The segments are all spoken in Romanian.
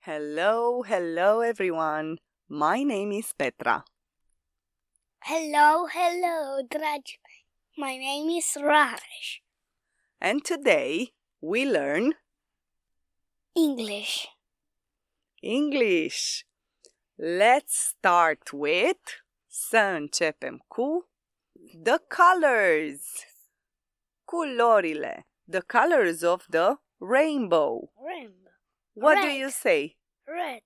Hello, hello everyone. My name is Petra. Hello, hello, dragi mei. My name is Raresh. And today we learn English. English. Let's start with să începem cu the colors. Culorile. The colors of the rainbow. Rainbow. What do Red. you say? Red.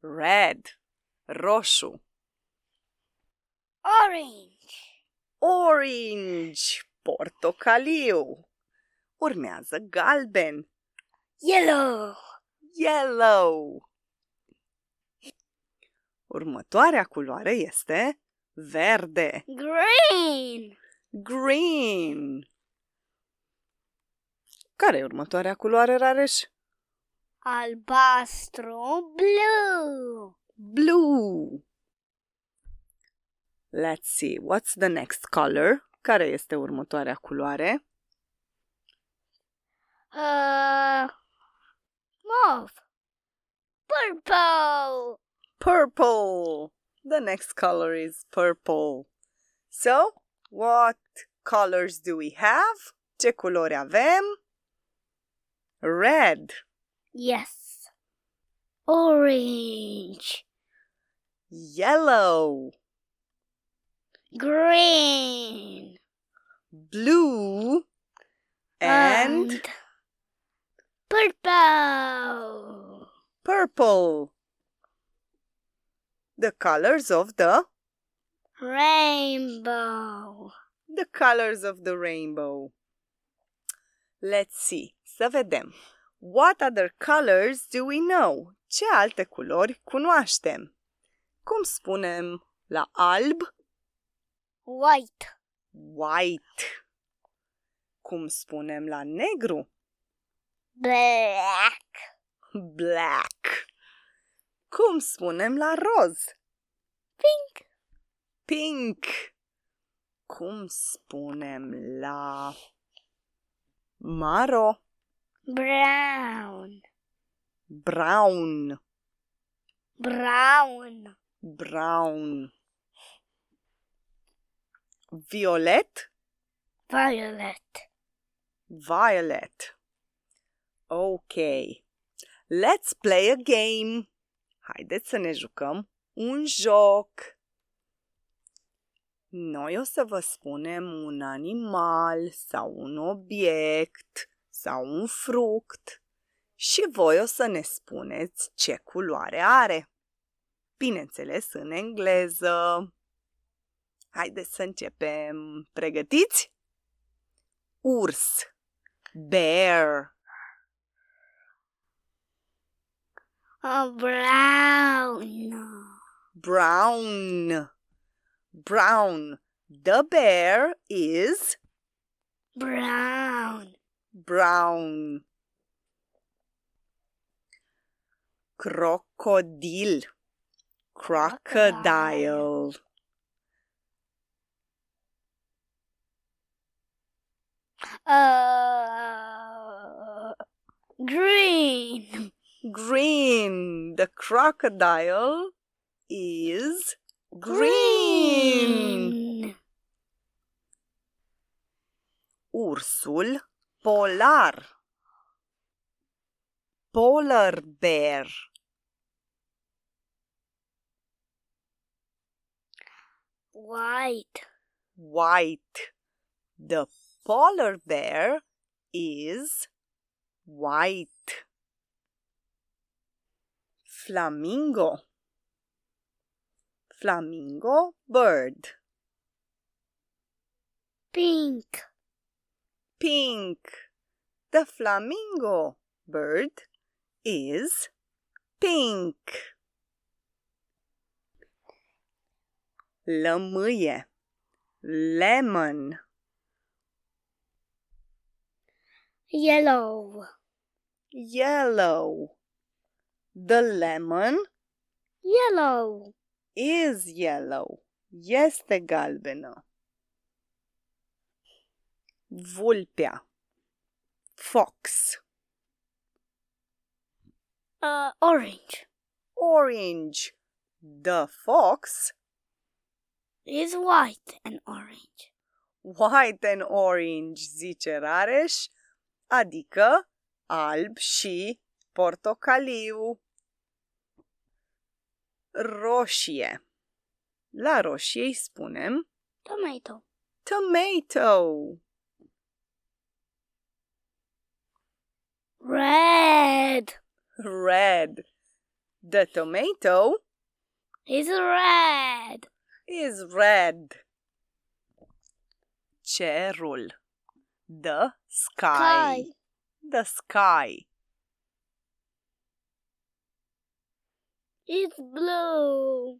Red. Roșu. Orange. Orange. Portocaliu. Urmează galben. Yellow. Yellow. Următoarea culoare este verde. Green. Green. Care e următoarea culoare, Rareș? Albastru. Blue. Blue. Let's see. What's the next color? Care este următoarea culoare? Uh, mauve. Purple. Purple. The next color is purple. So, what colors do we have? Ce culori avem? Red. Yes. Orange. yellow, Green. blue, and and purple. purple. The colors of the Rainbow. the colors of the rainbow. Let's see. Să vedem. What other colors do we know? Ce alte culori cunoaștem? Cum spunem la alb? White. White. Cum spunem la negru? Black. Black. Cum spunem la roz? Pink. Pink. Cum spunem la maro? Brown. Brown. Brown. Brown. Violet? Violet. Violet. Ok. Let's play a game. Haideți să ne jucăm un joc. Noi o să vă spunem un animal sau un obiect sau un fruct și voi o să ne spuneți ce culoare are. Bineînțeles, în engleză. Haideți să începem. Pregătiți? Urs. Bear. Oh, brown. Brown. Brown. The bear is Brown. brown. Crocodile. Crocodile. Uh, green. Green. The crocodile is green. Ursul polar. Polar bear. White. white. The polar bear is white. Flamingo. Flamingo bird. Pink. Pink. The flamingo bird is pink. Lămâie. Lemon. Yellow. yellow. The lemon Yellow. is yellow. Este galbenă. Vulpea. Fox. uh, orange Orange. The fox, is white and orange. white and orange, zice Rareș, adică alb și portocaliu. Roșie. La roșie îi spunem Tomato. tomato. Red Red. The tomato is red. is red. Cerul. The sky. Sky. The sky. It's blue.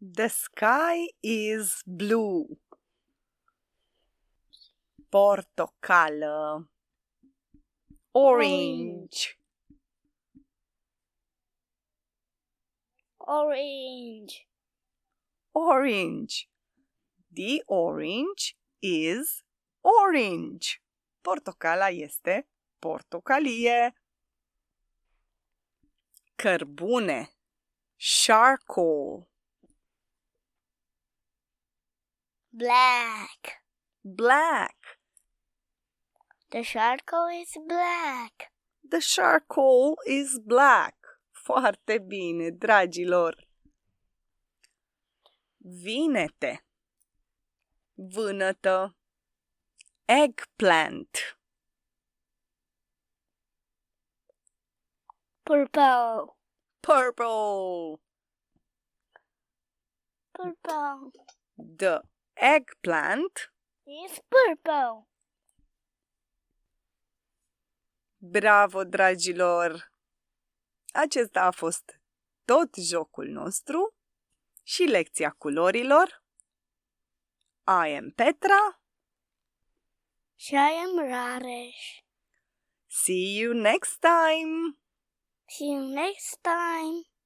The sky is blue. Portocală. Orange. Orange. Orange. The orange is orange. Portocala este portocalie. Cărbune. Charcoal. Black. black. The charcoal is black. The charcoal is black. Foarte bine, dragilor. Vinete. Vânătă. Eggplant. Purple. Purple. Purple. The eggplant. It's purple. Bravo, dragilor! Acesta a fost tot jocul nostru și lecția culorilor. I am Petra. Și I am Raresh. See you next time! See you next time.